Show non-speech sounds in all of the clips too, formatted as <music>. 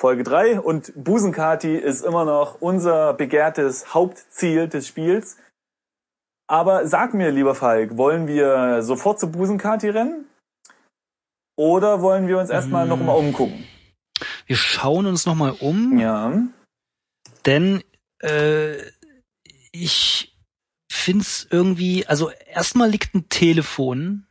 Folge 3 und Busenkati ist immer noch unser begehrtes Hauptziel des Spiels. Aber sag mir, lieber Falk, wollen wir sofort zu Busenkati rennen? Oder wollen wir uns erstmal noch um mal umgucken? Wir schauen uns nochmal um, Ja. denn äh, ich find's irgendwie, also erstmal liegt ein Telefon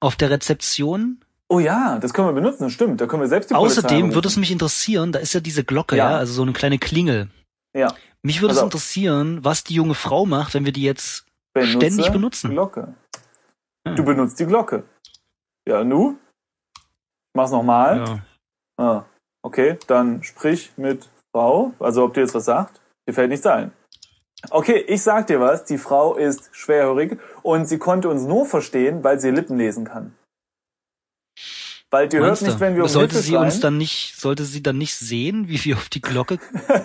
auf der Rezeption Oh ja, das können wir benutzen, stimmt. Da können wir selbst die Polizei Außerdem anrufen. würde es mich interessieren, da ist ja diese Glocke, ja, Ja. also so eine kleine Klingel. Ja. Mich würde es Also- interessieren, was die junge Frau macht, wenn wir die jetzt. Benutze ständig benutzen. Glocke. Hm. Genau. Du benutzt die Glocke. Ja, nu? Mach's nochmal. Ja. Ah, okay, dann sprich mit Frau. Also ob dir jetzt was sagt, dir fällt nichts ein. Okay, ich sag dir was, die Frau ist schwerhörig und sie konnte uns nur verstehen, weil sie Lippen lesen kann. Weil die hört Meinst nicht, du? wenn wir um sollte Hilfe sie uns schreien. dann nicht, sollte sie dann nicht sehen, wie wir auf <laughs> die Glocke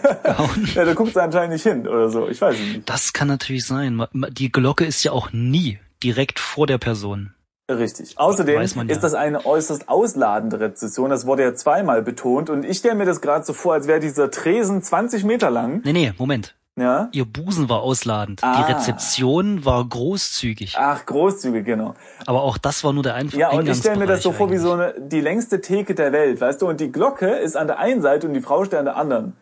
hauen? Ja, da guckt sie anscheinend nicht hin oder so. Ich weiß es nicht. Das kann natürlich sein. Ma- ma- Die Glocke ist ja auch nie direkt vor der Person. Richtig. Außerdem Weiß man ja. ist das eine äußerst ausladende Rezession. Das wurde ja zweimal betont. Und ich stelle mir das gerade so vor, als wäre dieser Tresen 20 Meter lang. Nee, nee, Moment. Ja. Ihr Busen war ausladend. Ah. Die Rezeption war großzügig. Ach, Großzüge, genau. Aber auch das war nur der Einf Ja, und ich stelle mir das Eingangsbereich so vor wie eigentlich. so eine, die längste Theke der Welt, weißt du? Und die Glocke ist an der einen Seite und die Frau steht an der anderen.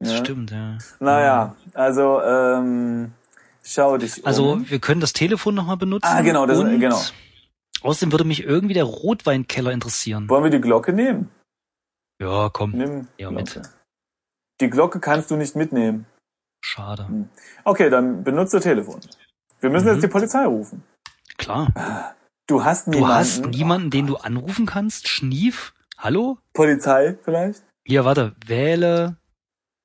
Das Ja. Stimmt, ja. Mhm. Naja, also, ähm, schau dich um. Also wir können das Telefon nochmal benutzen. Ah, genau, das- und genau. Außerdem würde mich irgendwie der Rotweinkeller interessieren. Wollen wir die Glocke nehmen? Ja, komm. Nimm. Ja, mit. Glocke. Die Glocke kannst du nicht mitnehmen. Schade. Okay, dann benutze Telefon. Wir müssen Mhm. jetzt die Polizei rufen. Klar. Du hast Du niemanden. hast niemanden, den du anrufen kannst? Schnief? Hallo? Polizei vielleicht? Hier, warte. Wähle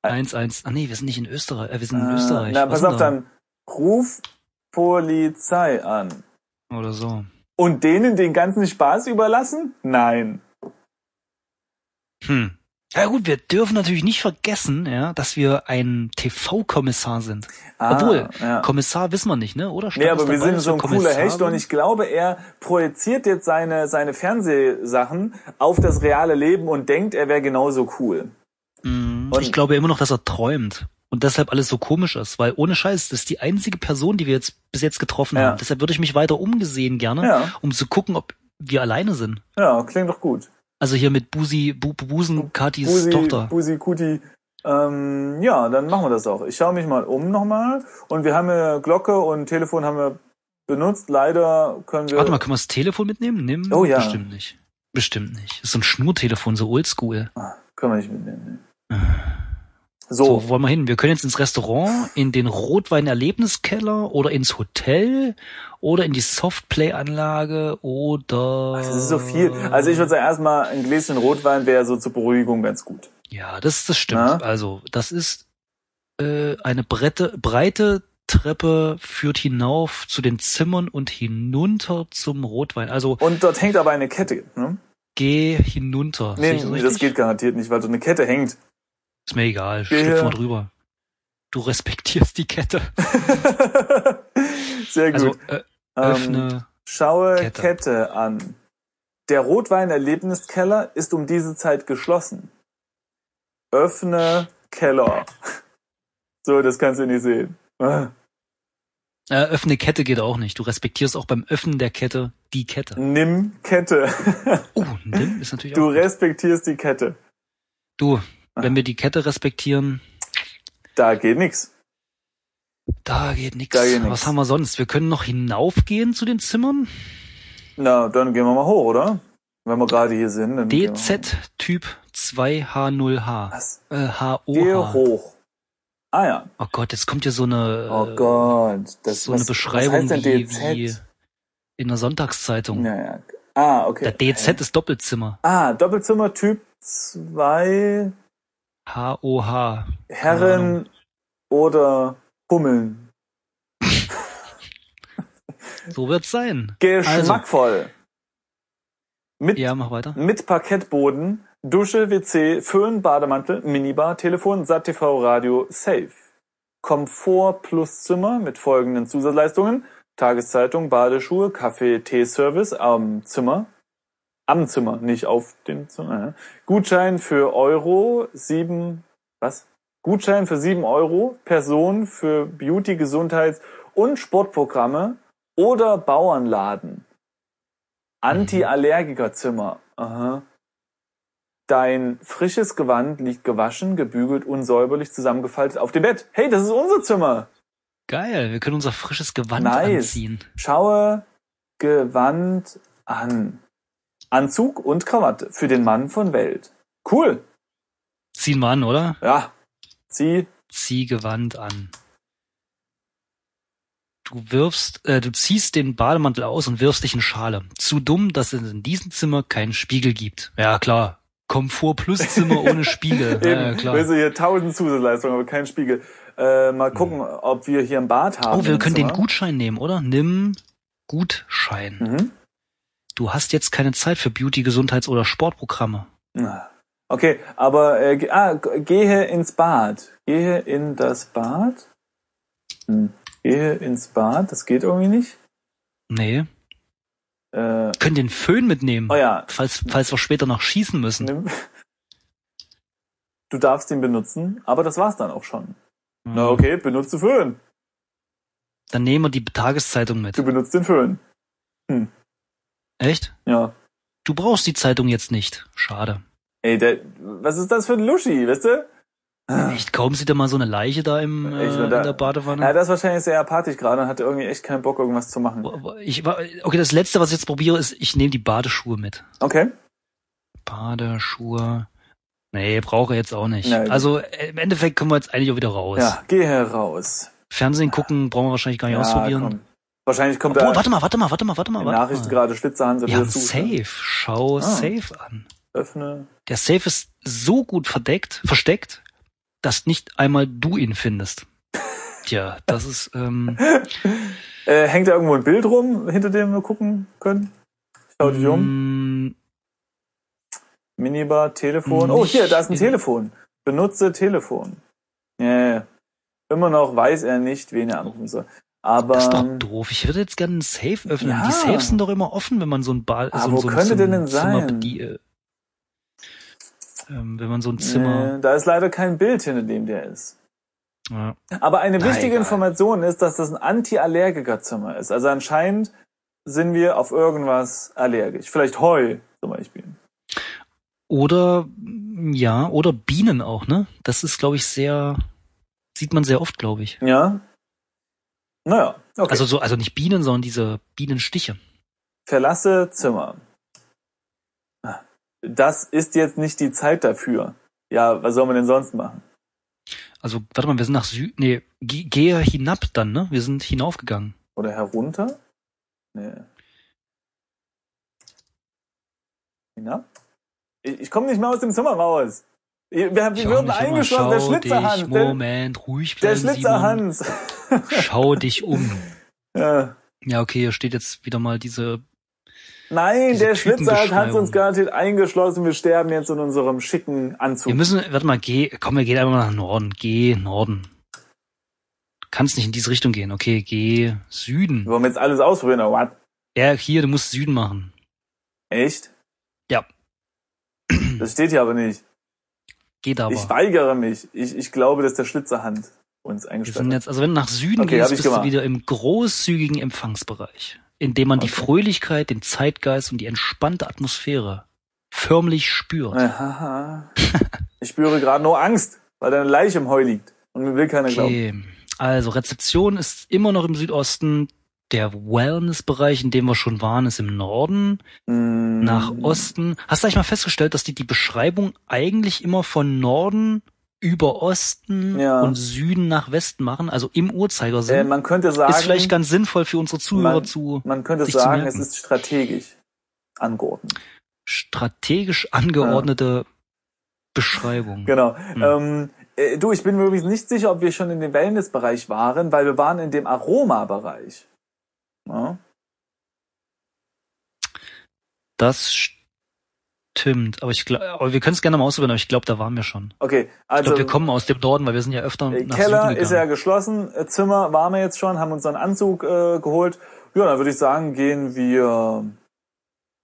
11. Ah nee, wir sind nicht in Österreich. Äh, wir sind in Ah, Österreich. Äh. Na, pass Was denn auf, da? dann ruf Polizei an. Oder so. Und denen den ganzen Spaß überlassen? Nein. Hm. Ja gut, wir dürfen natürlich nicht vergessen, ja, dass wir ein TV-Kommissar sind. Ah, Obwohl, ja. Kommissar wissen wir nicht, ne? Oder? Stand Nee, das aber wir dabei, sind dass so ein cooler Kommissar Hecht und sind? ich glaube, er projiziert jetzt seine, seine Fernsehsachen auf das reale Leben und denkt, er wäre genauso cool. Mhm. Und- Ich glaube immer noch, dass er träumt und deshalb alles so komisch ist, weil ohne Scheiß, das ist die einzige Person, die wir jetzt bis jetzt getroffen Ja. haben. Deshalb würde ich mich weiter umgesehen gerne, Ja. um zu gucken, ob wir alleine sind. Ja, klingt doch gut. Also hier mit Busi, Bu Bu- Busen, Katis Busi, Tochter. Busi, Kuti. Ähm, ja, dann machen wir das auch. Ich schaue mich mal um nochmal. Und wir haben ja Glocke und Telefon haben wir benutzt. Leider können wir... Warte mal, können wir das Telefon mitnehmen? Nimm? Äh, Oh ja. Bestimmt nicht. Bestimmt nicht. Das ist so ein Schnurtelefon, so oldschool. Ah, Können wir nicht mitnehmen. nee. Ah. So. So, wo wollen wir hin? Wir können jetzt ins Restaurant, in den Rotwein-Erlebniskeller oder ins Hotel oder in die Softplay-Anlage oder... das ist so viel. Also ich würde sagen, erstmal ein Gläschen Rotwein wäre so zur Beruhigung ganz gut. Ja, das, das stimmt. Na? Also, das ist äh, eine Brette, breite Treppe führt hinauf zu den Zimmern und hinunter zum Rotwein. Also Und dort hängt aber eine Kette, ne? geh hinunter. Sehe Nee, ich nee, das richtig? geht garantiert nicht, weil so eine Kette hängt. <laughs> Ist mir egal, Geh schlüpf mal her. drüber. Du respektierst die Kette. Sehr gut. Also äh, ähm, öffne. schaue Kette. Kette. an. Der Rotweinerlebniskeller ist um diese Zeit geschlossen. Öffne Keller. <laughs> So, das kannst du nicht sehen. <laughs> Ah, Ähm. Äh, öffne Kette geht auch nicht. Du respektierst auch beim Öffnen der Kette die Kette. Nimm Kette. <laughs> Oh, nimm ist natürlich Du auch. gut. respektierst die Kette. Du, wenn wir die Kette respektieren, Da geht nix. da geht nichts. Da geht nix. Was haben wir sonst? Wir können noch hinaufgehen zu den Zimmern. Na, dann gehen wir mal hoch, oder? Wenn wir gerade hier sind. Dann gehen wir mal hoch. DZ-Typ 2H0H. Was? Äh, Geh HOH. hoch. Ah ja. Oh Gott, jetzt kommt hier so eine, Oh äh, Gott. Das, so was, eine Beschreibung was heißt denn wie, DZ? wie in der Sonntagszeitung. Naja. Ah, okay. Der DZ ist Doppelzimmer. Ah, Doppelzimmer Typ 2, HOH. Herren oder Hummeln. So wird's sein. Geschmackvoll. mit, Ja, mach weiter. mit Parkettboden, Dusche, WC, Föhn, Bademantel, Minibar, Telefon, SatTV, Radio, Safe. Komfort plus Zimmer mit folgenden Zusatzleistungen. Tageszeitung, Badeschuhe, Kaffee, Teeservice am Zimmer. Am Zimmer, nicht auf dem Zimmer. ja. Gutschein für Euro, sieben, was? Gutschein für sieben Euro, Person für Beauty, Gesundheits- und Sportprogramme oder Bauernladen. Anti-Allergikerzimmer. Aha. Dein frisches Gewand liegt gewaschen, gebügelt, unsäuberlich zusammengefaltet auf dem Bett. Hey, das ist unser Zimmer. Geil, wir können unser frisches Gewand Nice. anziehen. Schaue Gewand an. Anzug und Krawatte für den Mann von Welt. Cool. Ziehen wir an, oder? Ja. Zieh. Zieh Gewand an. Du wirfst, äh, du ziehst den Bademantel aus und wirfst dich in Schale. Zu dumm, dass es in diesem Zimmer keinen Spiegel gibt. Ja, klar. Komfort plus <laughs> Zimmer ohne Spiegel. Eben. Ja, ja, klar. Mhm. Also hier tausend Zusatzleistungen, aber kein Spiegel. Äh, mal gucken, ob wir hier ein Bad haben. Oh, wir im können den Zimmer. Gutschein nehmen, oder? Nimm Gutschein. Mhm. Du hast jetzt keine Zeit für Beauty, Gesundheits- oder Sportprogramme. Okay, aber äh, ge- ah, g- gehe ins Bad. Gehe in das Bad. Hm. Gehe ins Bad, das geht irgendwie nicht. Nee. Äh, Können den Föhn mitnehmen, oh ja, falls, falls wir später noch schießen müssen. nimm. Du darfst ihn benutzen, aber das war's dann auch schon. Na okay, benutze Föhn. Dann nehmen wir die Tageszeitung mit. Du benutzt den Föhn. Echt? Ja. Du brauchst die Zeitung jetzt nicht. Schade. Ey, der, was ist das für ein Luschi, weißt du? Echt, kaum sieht er mal so eine Leiche da im, äh, Ah. Ich bin in da- der Ja, Badewanne. das ist wahrscheinlich sehr apathisch gerade und hat irgendwie echt keinen Bock, irgendwas zu machen. Wo- wo- Ich, wa- okay, das letzte, was ich jetzt probiere, ist, ich nehme die Badeschuhe mit. Okay. Badeschuhe. Nee, brauche jetzt auch nicht. Na, also äh, im Endeffekt können wir jetzt eigentlich auch wieder raus. Ja, geh heraus. Fernsehen gucken brauchen wir waobwohl- wahrscheinlich gar nicht ausprobieren. komm. Wahrscheinlich kommt Obwohl, da warte mal, warte mal, warte mal, warte mal. in Warte Nachrichten mal. gerade Schlitzerhans. Wir haben Suche. Safe. Schau Ah. Safe an. Öffne. Der Safe ist so gut verdeckt, versteckt, dass nicht einmal du ihn findest. Tja, das ist, ähm, Äh, hängt da irgendwo ein Bild rum, hinter dem wir gucken können? Schau dich um. mm, Minibar, Telefon. Oh, hier, da ist ein Nicht- Telefon. Benutze Telefon. Yeah. Immer noch weiß er nicht, wen er anrufen soll. Aber, Das ist doch doof. Ich würde jetzt gerne einen Safe öffnen. Ja. Die Safes sind doch immer offen, wenn man so ein Ball, Ah, so, ein- wo so ein könnte so ein der denn Zimmer sein? bedie- äh, ähm, wenn man so ein Zimmer. nee, äh, da ist leider kein Bild, hinter dem der ist. Ja. Aber eine Na, wichtige egal. Information ist, dass das ein Anti-Allergiker-Zimmer ist. Also anscheinend sind wir auf irgendwas allergisch. Vielleicht Heu zum Beispiel. Oder mm, ja, oder Bienen auch, ne? Das ist, glaube ich, sehr sieht man sehr oft, glaube ich. Ja. Naja, okay. Also so, also nicht Bienen, sondern diese Bienenstiche. Verlasse Zimmer. Das ist jetzt nicht die Zeit dafür. Ja, was soll man denn sonst machen? Also warte mal, wir sind nach Süd, nee, ge- gehe hinab dann, ne? Wir sind hinaufgegangen. Oder herunter? Nee. Na? Ich, ich komme nicht mehr aus dem Zimmer raus. Ich- Wir, wir auch wurden nicht, Junge. eingeschlossen. Der Schau dich, Schlitzerhans. Der, Moment, ruhig der bleiben. <laughs> Simon. Schlitzerhans. Schau dich um. ja. Ja, okay, hier steht jetzt wieder mal diese Nein, Diese der Schlitzerhans hat uns Typenbeschreibung. garantiert eingeschlossen. Wir sterben jetzt in unserem schicken Anzug. Wir müssen, warte mal, geh, komm, wir gehen einfach mal nach Norden. Geh Norden. Kannst nicht in diese Richtung gehen. Okay, geh wir Süden. wollen jetzt alles ausprobieren, aber what? Ja, hier, du musst Süden machen. Echt? Ja. Das steht hier aber nicht. Geht aber. Ich weigere mich. Ich, ich glaube, dass der Schlitzerhand uns wir sind eingestellt hat. jetzt, also wenn du nach Süden Okay, hab gehst, ich bist gemacht. du wieder im großzügigen Empfangsbereich, in dem man die Okay. Fröhlichkeit, den Zeitgeist und die entspannte Atmosphäre förmlich spürt. Ahaha. Ich spüre gerade nur Angst, weil da eine Leiche im Heu liegt. Und mir will keiner glauben. Okay. Also Rezeption ist immer noch im Südosten. Der Wellness-Bereich, in dem wir schon waren, ist im Norden. Hm, nach Osten. Hast du eigentlich mal festgestellt, dass die, die Beschreibung eigentlich immer von Norden über Osten Ja. und Süden nach Westen machen, also im Uhrzeigersinn? Äh, man könnte sagen, ist vielleicht ganz sinnvoll für unsere Zuhörer Man- zu man könnte sich zu sagen, es merken. ist strategisch angeordnet. strategisch angeordnete Beschreibung. Genau. Hm. Ähm, äh, du, ich bin mir übrigens nicht sicher, ob wir schon in dem Wellnessbereich waren, weil wir waren in dem Aromabereich. Ja. Das stimmt, aber ich glaube, aber wir können es gerne mal ausprobieren, aber ich glaube, da waren wir schon. Okay, Ich also glaube, wir kommen aus dem Norden, weil wir sind ja öfter Äh, nach Keller Süden ist ja gegangen. geschlossen, äh, Zimmer waren wir jetzt schon, haben unseren Anzug äh, geholt. Ja, dann würde ich sagen, gehen wir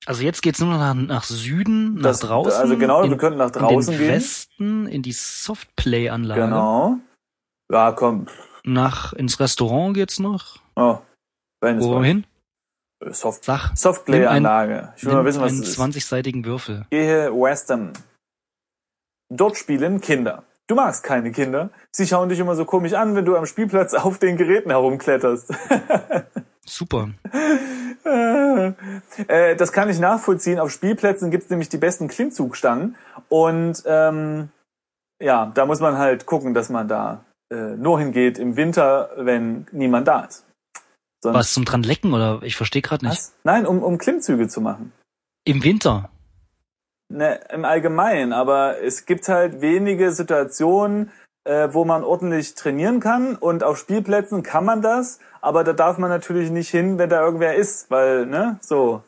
Also jetzt geht's nur noch nach, nach Süden, nach Das- draußen. Also genau, in, wir könnten nach draußen in den gehen. Westen, in die Softplay-Anlage. Genau. Ja, komm. Nach ins Restaurant geht's noch. Oh, wenn es Wo mal. hin? Soft Sag. Softplay-Anlage. Ich will mal nimm wissen, was einen das ist. 20-seitigen Würfel. Gehe Western. Dort spielen Kinder. Du magst keine Kinder. Sie schauen dich immer so komisch an, wenn du am Spielplatz auf den Geräten herumkletterst. <laughs> Super. äh, das kann ich nachvollziehen. Auf Spielplätzen gibt's nämlich die besten Klimmzugstangen. Und ähm, ja, da muss man halt gucken, dass man da äh, nur hingeht im Winter, wenn niemand da ist. Sonst- Was zum dran lecken oder ich verstehe gerade nicht. Was? Nein, um, um Klimmzüge zu machen. Im Winter. Ne, Im Allgemeinen, aber es gibt halt wenige Situationen, äh, wo man ordentlich trainieren kann und auf Spielplätzen kann man das, aber da darf man natürlich nicht hin, wenn da irgendwer ist, weil, ne, so.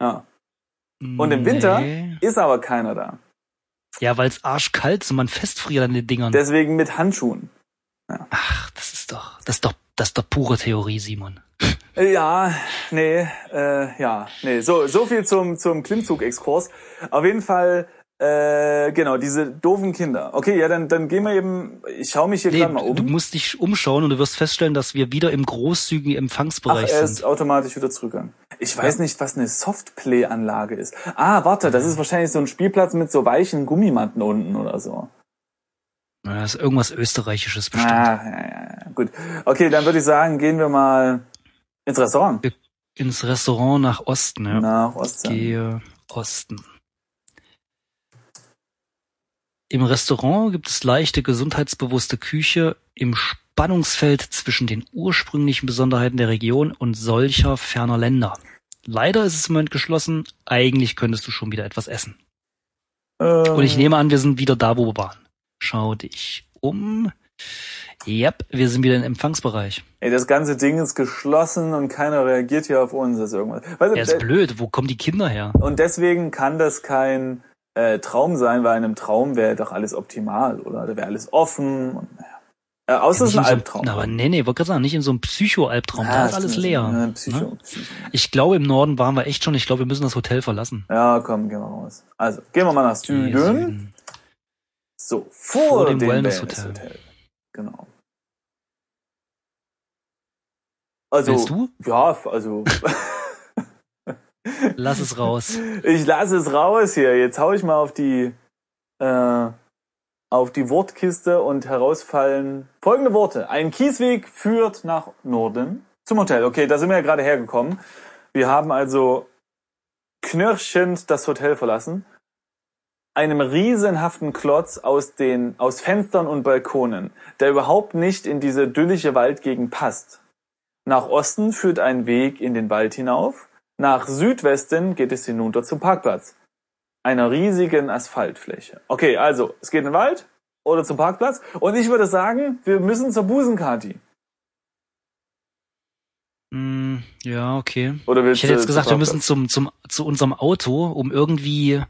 Ja. Und im Winter? Nee. Ist aber keiner da. Ja, weil's arschkalt ist und man festfriert an den Dingern. Deswegen mit Handschuhen. Ach, das ist doch, das ist doch, das ist doch pure Theorie, Simon. Äh, Ja, nee, äh, ja, nee. So, so viel zum, zum Klimmzug-Exkurs. Auf jeden Fall, äh, genau, diese doofen Kinder. Okay, ja, dann, dann gehen wir eben, ich schaue mich hier Nee, gerade mal du um. musst dich umschauen und du wirst feststellen, dass wir wieder im großzügigen Ach, Empfangsbereich er sind. ist automatisch wieder zurückgegangen. Ich weiß nicht, was eine Softplay-Anlage ist. Ah, warte, das ist wahrscheinlich so ein Spielplatz mit so weichen Gummimatten unten oder so. Na, Das ist irgendwas Österreichisches bestimmt. Ah, ja, ja, ja, gut. Okay, dann würde ich sagen, gehen wir mal ins Restaurant. Ins Restaurant nach Osten, ja. Nach Osten. Gehe Osten. Im Restaurant gibt es leichte, gesundheitsbewusste Küche im Spannungsfeld zwischen den ursprünglichen Besonderheiten der Region und solcher ferner Länder. Leider ist es im Moment geschlossen. Eigentlich könntest du schon wieder etwas essen. Ähm, Und ich nehme an, wir sind wieder da, wo wir waren. Schau dich um. Yep, wir sind wieder im Empfangsbereich. Ey, das ganze Ding ist geschlossen und keiner reagiert hier auf uns. Das ist irgendwas. Weißt Er du, ist de- blöd. Wo kommen die Kinder her? und deswegen kann das kein äh, Traum sein, weil in einem Traum wäre doch alles optimal, oder? Da wäre alles offen. Und, naja. äh, außer es ist Nicht ein in so einem- Albtraum. Na, Aber nee, nee, wollte gerade sagen, nicht in so einem Psycho-Albtraum. Ja, da ist stimmt. alles leer. Ja, Psycho, Ne? Psycho. Ich glaube, im Norden waren wir echt schon. Ich glaube, wir müssen das Hotel verlassen. ja, komm, gehen wir raus. Also, gehen wir mal nach Süden. Süden. So, vor, Vor dem, dem Wellness-Hotel. Wellness-Hotel. Genau. Also, Willst du? ja, also, Lass <laughs> es raus. ich lasse es raus hier. Jetzt hau ich mal auf die, äh, auf die Wortkiste und herausfallen folgende Worte. Ein Kiesweg führt nach Norden zum Hotel. Okay, da sind wir ja gerade hergekommen. Wir haben also knirschend das Hotel verlassen. Einem riesenhaften Klotz aus den, aus Fenstern und Balkonen, der überhaupt nicht in diese dülliche Waldgegend passt. Nach Osten führt ein Weg in den Wald hinauf. Nach Südwesten geht es hinunter zum Parkplatz. Einer riesigen Asphaltfläche. Okay, also, es geht in den Wald oder zum Parkplatz. Und ich würde sagen, wir müssen zur Busenkati. Hm, ja, okay. Oder willst Ich du hätte jetzt zum gesagt, wir müssen Parkplatz? zum, zum, zu unserem Auto, um irgendwie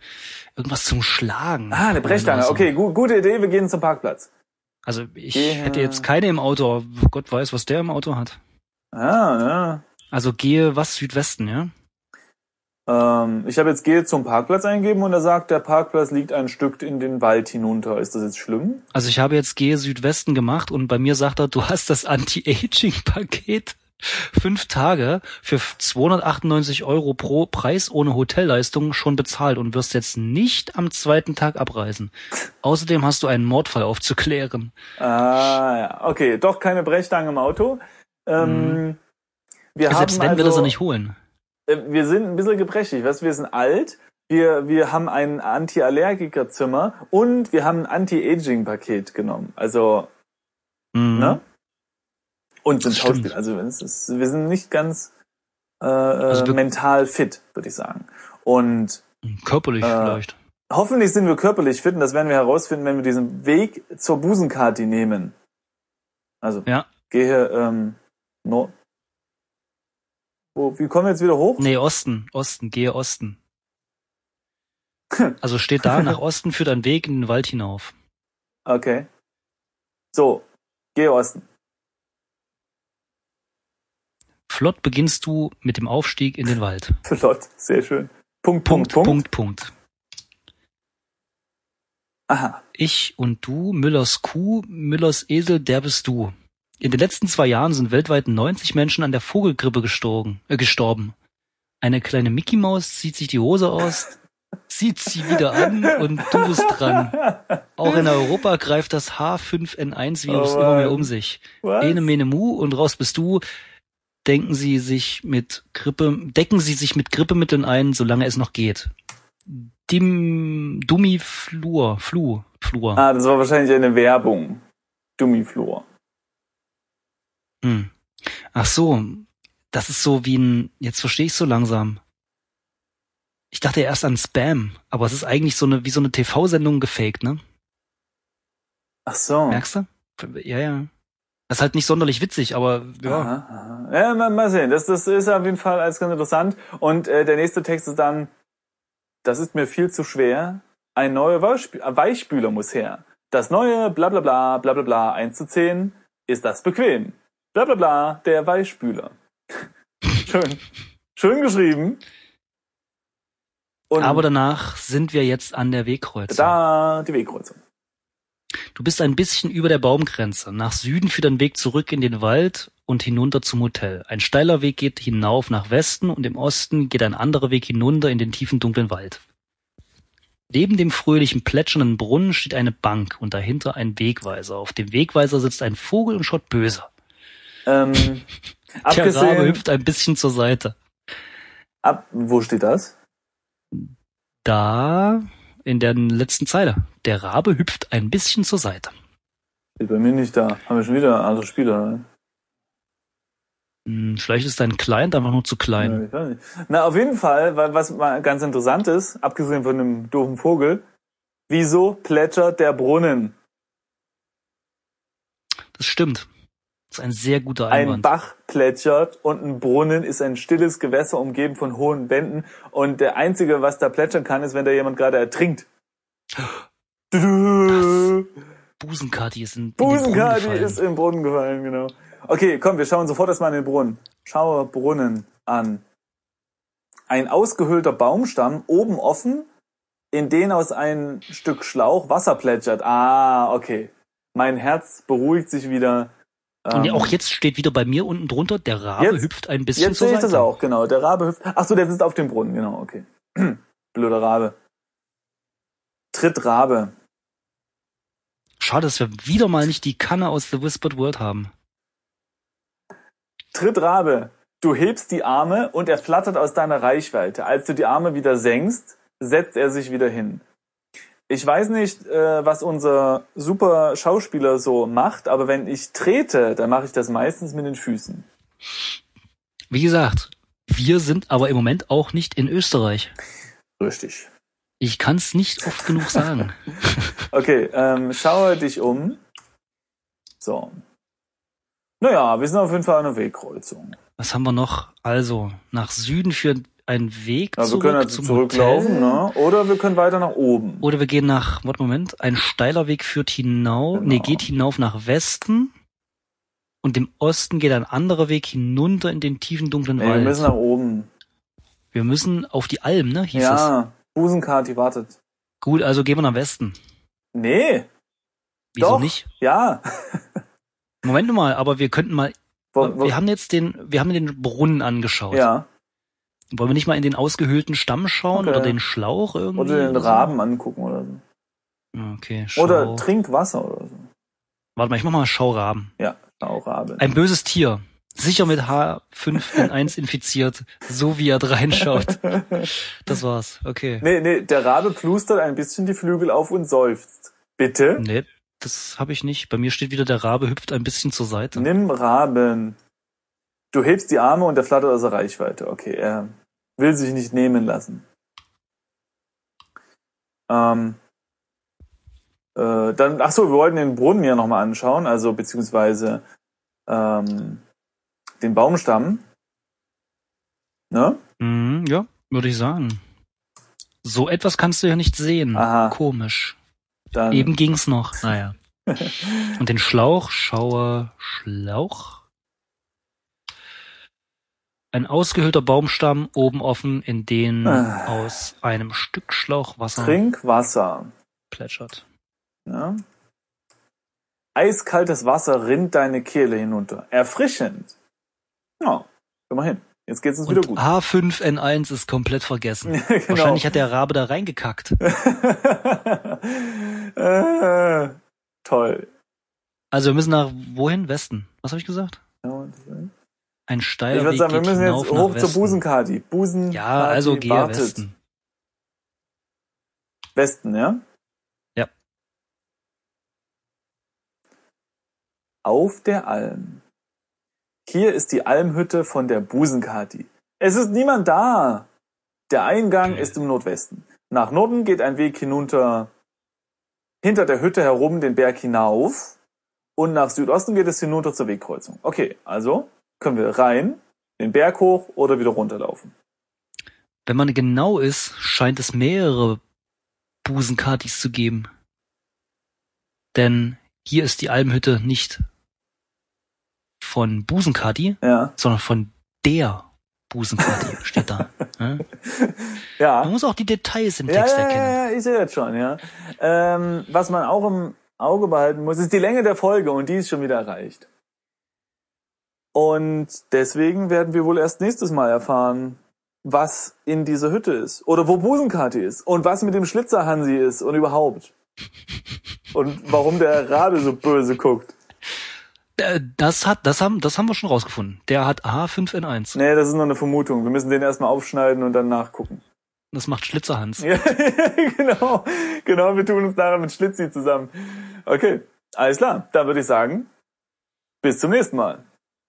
irgendwas zum Schlagen. Ah, eine Brechstange. Oder so. Okay, gu gute Idee, wir gehen zum Parkplatz. Also ich Gehe- hätte jetzt keine im Auto, aber Gott weiß, was der im Auto hat. Ah, Also gehe was Südwesten, ja? ja. Ähm, ich habe jetzt gehe zum Parkplatz eingeben und er sagt, der Parkplatz liegt ein Stück in den Wald hinunter. Ist das jetzt schlimm? Also ich habe jetzt gehe Südwesten gemacht und bei mir sagt er, du hast das Anti-Aging-Paket fünf Tage für 298 Euro pro Preis ohne Hotelleistung schon bezahlt und wirst jetzt nicht am zweiten Tag abreisen. Außerdem hast du einen Mordfall aufzuklären. Ah, ja. Okay, doch keine Brechstange im Auto. Ähm, wir Hm. Selbst haben wenn also, wir das er nicht holen. äh, wir sind ein bisschen gebrechlich, weißt, du, wir sind alt, wir, wir haben ein Anti-Allergiker-Zimmer und wir haben ein Anti-Aging-Paket genommen. Also, Mhm. ne? Und sind Das stimmt. Schauspieler. Also es ist, wir sind nicht ganz äh, äh, wir- mental fit, würde ich sagen. Und Mhm. Körperlich Äh, vielleicht. hoffentlich sind wir körperlich fit und das werden wir herausfinden, wenn wir diesen Weg zur Busenkati nehmen. Also, Ja. gehe ähm, Nord... Wo, wie kommen wir jetzt wieder hoch? Nee, Osten, Osten, gehe Osten. Also steht da, nach Osten führt ein Weg in den Wald hinauf. Okay. <laughs> So, gehe Osten. Flott beginnst du mit dem Aufstieg in den Wald. Flott, sehr schön. Punkt, Punkt, Punkt, Punkt. Punkt, Punkt. Aha. Ich und du, Müllers Kuh, Müllers Esel, der bist du. In den letzten zwei Jahren sind weltweit 90 Menschen an der Vogelgrippe gestorben. Äh, gestorben. Eine kleine Mickey Maus zieht sich die Hose aus, zieht sie wieder an und du bist dran. Auch in Europa greift das H5N1-Virus Oh immer mehr Mann. um sich. Was? Ene, mene, mu und raus bist du. Denken Sie sich mit Grippe, decken Sie sich mit Grippemitteln ein, solange es noch geht. Dim, Dummi Flur, Flu, Flur. Ah, das war wahrscheinlich eine Werbung. Dummiflor. Hm. Ach so, das ist so wie ein, jetzt verstehe ich so langsam. Ich dachte erst an Spam, aber es ist eigentlich so eine, wie so eine TV-Sendung gefaked, ne? Ach so. Merkst du? Ja, ja. Das ist halt nicht sonderlich witzig, aber ja. Aha, aha. Ja, mal, mal sehen. Das, das ist auf jeden Fall alles ganz interessant. Und äh, der nächste Text ist dann, das ist mir viel zu schwer. Ein neuer Weichspü- äh, Weichspüler muss her. Das neue bla bla bla bla bla bla 1 zu 10 ist das bequem. Bla bla bla, der Weichspüler. <laughs> Schön. Schön geschrieben. Und Aber danach sind wir jetzt an der Wegkreuzung. da die Wegkreuzung. Du bist ein bisschen über der Baumgrenze. Nach Süden führt ein Weg zurück in den Wald und hinunter zum Hotel. Ein steiler Weg geht hinauf nach Westen und im Osten geht ein anderer Weg hinunter in den tiefen dunklen Wald. Neben dem fröhlichen plätschernden Brunnen steht eine Bank und dahinter ein Wegweiser. Auf dem Wegweiser sitzt ein Vogel und schaut böse. Ähm, Der Rabe abgesehen. hüpft ein bisschen zur Seite. Ab, wo steht das? Da, in der letzten Zeile. Der Rabe hüpft ein bisschen zur Seite. Steht bei mir nicht da. Haben wir schon wieder andere Spieler. Ne? Hm, Vielleicht ist dein Client einfach nur zu klein. Ja, ich weiß nicht. Na, auf jeden Fall, weil was mal ganz interessant ist, abgesehen von einem doofen Vogel, wieso plätschert der Brunnen? Das stimmt. Das ist ein sehr guter Ein Einwand. Bach plätschert und ein Brunnen ist ein stilles Gewässer umgeben von hohen Wänden und der einzige, was da plätschern kann, ist, wenn da jemand gerade ertrinkt. Tudu. Busenkati ist in, in Busenkati Busenkadi den ist ist in den Brunnen gefallen, genau. Okay, komm, wir schauen sofort erstmal in den Brunnen. Schaue Brunnen an. Ein ausgehöhlter Baumstamm, oben offen, in den aus ein Stück Schlauch Wasser plätschert. Ah, okay. Mein Herz beruhigt sich wieder. Und ja, Ähm, auch jetzt steht wieder bei mir unten drunter, der Rabe Jetzt- hüpft ein bisschen Jetzt zur sehe ich Seite. das auch, genau. Der Rabe hüpft. Ach so, der sitzt auf dem Brunnen, genau, okay. <clears throat> Blöder Rabe. Tritt Rabe. Schade, dass wir wieder mal nicht die Kanne aus The Whispered World haben. Tritt Rabe, du hebst die Arme und er flattert aus deiner Reichweite. Als du die Arme wieder senkst, setzt er sich wieder hin. Ich weiß nicht, äh, was unser super Schauspieler so macht, aber wenn ich trete, dann mache ich das meistens mit den Füßen. Wie gesagt, wir sind aber im Moment auch nicht in Österreich. Richtig. Ich kann es nicht oft genug sagen. Okay, ähm, schaue dich um. So. Naja, wir sind auf jeden Fall an der Wegkreuzung. Was haben wir noch? Also, nach Süden führt ein Weg Ja, wir zurück können also zum zurücklaufen, Hotel. ne? Oder wir können weiter nach oben. Oder wir gehen nach, warte Moment, ein steiler Weg führt hinauf, Genau. nee, geht hinauf nach Westen und im Osten geht ein anderer Weg hinunter in den tiefen dunklen Nee, wir Wald. müssen nach oben. wir müssen auf die Alm, ne, hieß es. Ja, Busenkati wartet. Gut, also gehen wir nach Westen. Nee, Wieso Doch. nicht? ja. Moment mal, aber wir könnten mal, Wo, wo, wir haben jetzt den, wir haben den Brunnen angeschaut. ja. Wollen wir nicht mal in den ausgehöhlten Stamm schauen Okay. oder den Schlauch irgendwie? Oder den so? Raben angucken oder so. Okay, schau. Oder trink Wasser oder so. warte mal, ich mach mal Schauraben. Auch Rabe. Ein böses Tier. Sicher mit <laughs> H5N1 infiziert, so wie er da reinschaut. Das war's. Okay. Nee, nee, der Rabe plustert ein bisschen die Flügel auf und seufzt. Bitte? Nee, das habe ich nicht. Bei mir steht wieder, der Rabe hüpft ein bisschen zur Seite. Nimm Raben. Du hebst die Arme und er flattert aus der Reichweite. Okay, er will sich nicht nehmen lassen. Ähm, äh, dann, ach so, wir wollten den Brunnen ja nochmal anschauen, also beziehungsweise ähm, den Baumstamm. Ne? Mhm, ja, würde ich sagen. So etwas kannst du ja nicht sehen. Aha. Komisch. Dann Eben ging's noch. Ah, <laughs> Naja. Und den Schlauch, Schauer, Schlauch. Ein ausgehöhlter Baumstamm, oben offen, in den Ah. aus einem Stück Schlauch Wasser Trinkwasser. plätschert. Ja. Eiskaltes Wasser rinnt deine Kehle hinunter. Erfrischend. Ja, immerhin. Jetzt geht's uns Und wieder gut. H5N1 ist komplett vergessen. <laughs> genau. Wahrscheinlich hat der Rabe <laughs> da reingekackt. äh, toll. Also wir müssen nach wohin? Westen. Was habe ich gesagt? Ja, Ein steiler Ich würde Weg sagen, wir geht müssen hinauf jetzt nach hoch zur Westen. Busenkati. Busenkati Ja, also gehe wartet. Westen. Westen, ja? Ja. Auf der Alm. Hier ist die Almhütte von der Busenkati. Es ist niemand da. Der Eingang Okay. ist im Nordwesten. Nach Norden geht ein Weg hinunter, hinter der Hütte herum, den Berg hinauf. Und nach Südosten geht es hinunter zur Wegkreuzung. Okay, also können wir rein, den Berg hoch oder wieder runterlaufen. Wenn man genau ist, scheint es mehrere Busenkatis zu geben. Denn hier ist die Almhütte nicht von Busenkati, Ja. sondern von der Busenkati steht <laughs> da. Ja? Ja. Man muss auch die Details im Text ja, erkennen. Ja, ja, ich sehe das schon, ja. Ähm, was man auch im Auge behalten muss, ist die Länge der Folge und die ist schon wieder erreicht. Und deswegen werden wir wohl erst nächstes Mal erfahren, was in dieser Hütte ist. Oder wo Busenkati ist. Und was mit dem Schlitzer Hansi ist und überhaupt. Und warum der Rabe so böse guckt. Äh, Das hat, das haben, das haben wir schon rausgefunden. Der hat A5N1. Nee, das ist nur eine Vermutung. Wir müssen den erstmal aufschneiden und dann nachgucken. Das macht Schlitzerhans. Ja, <laughs> genau, genau, wir tun uns nachher mit Schlitzi zusammen. Okay, alles klar, dann würde ich sagen, bis zum nächsten Mal.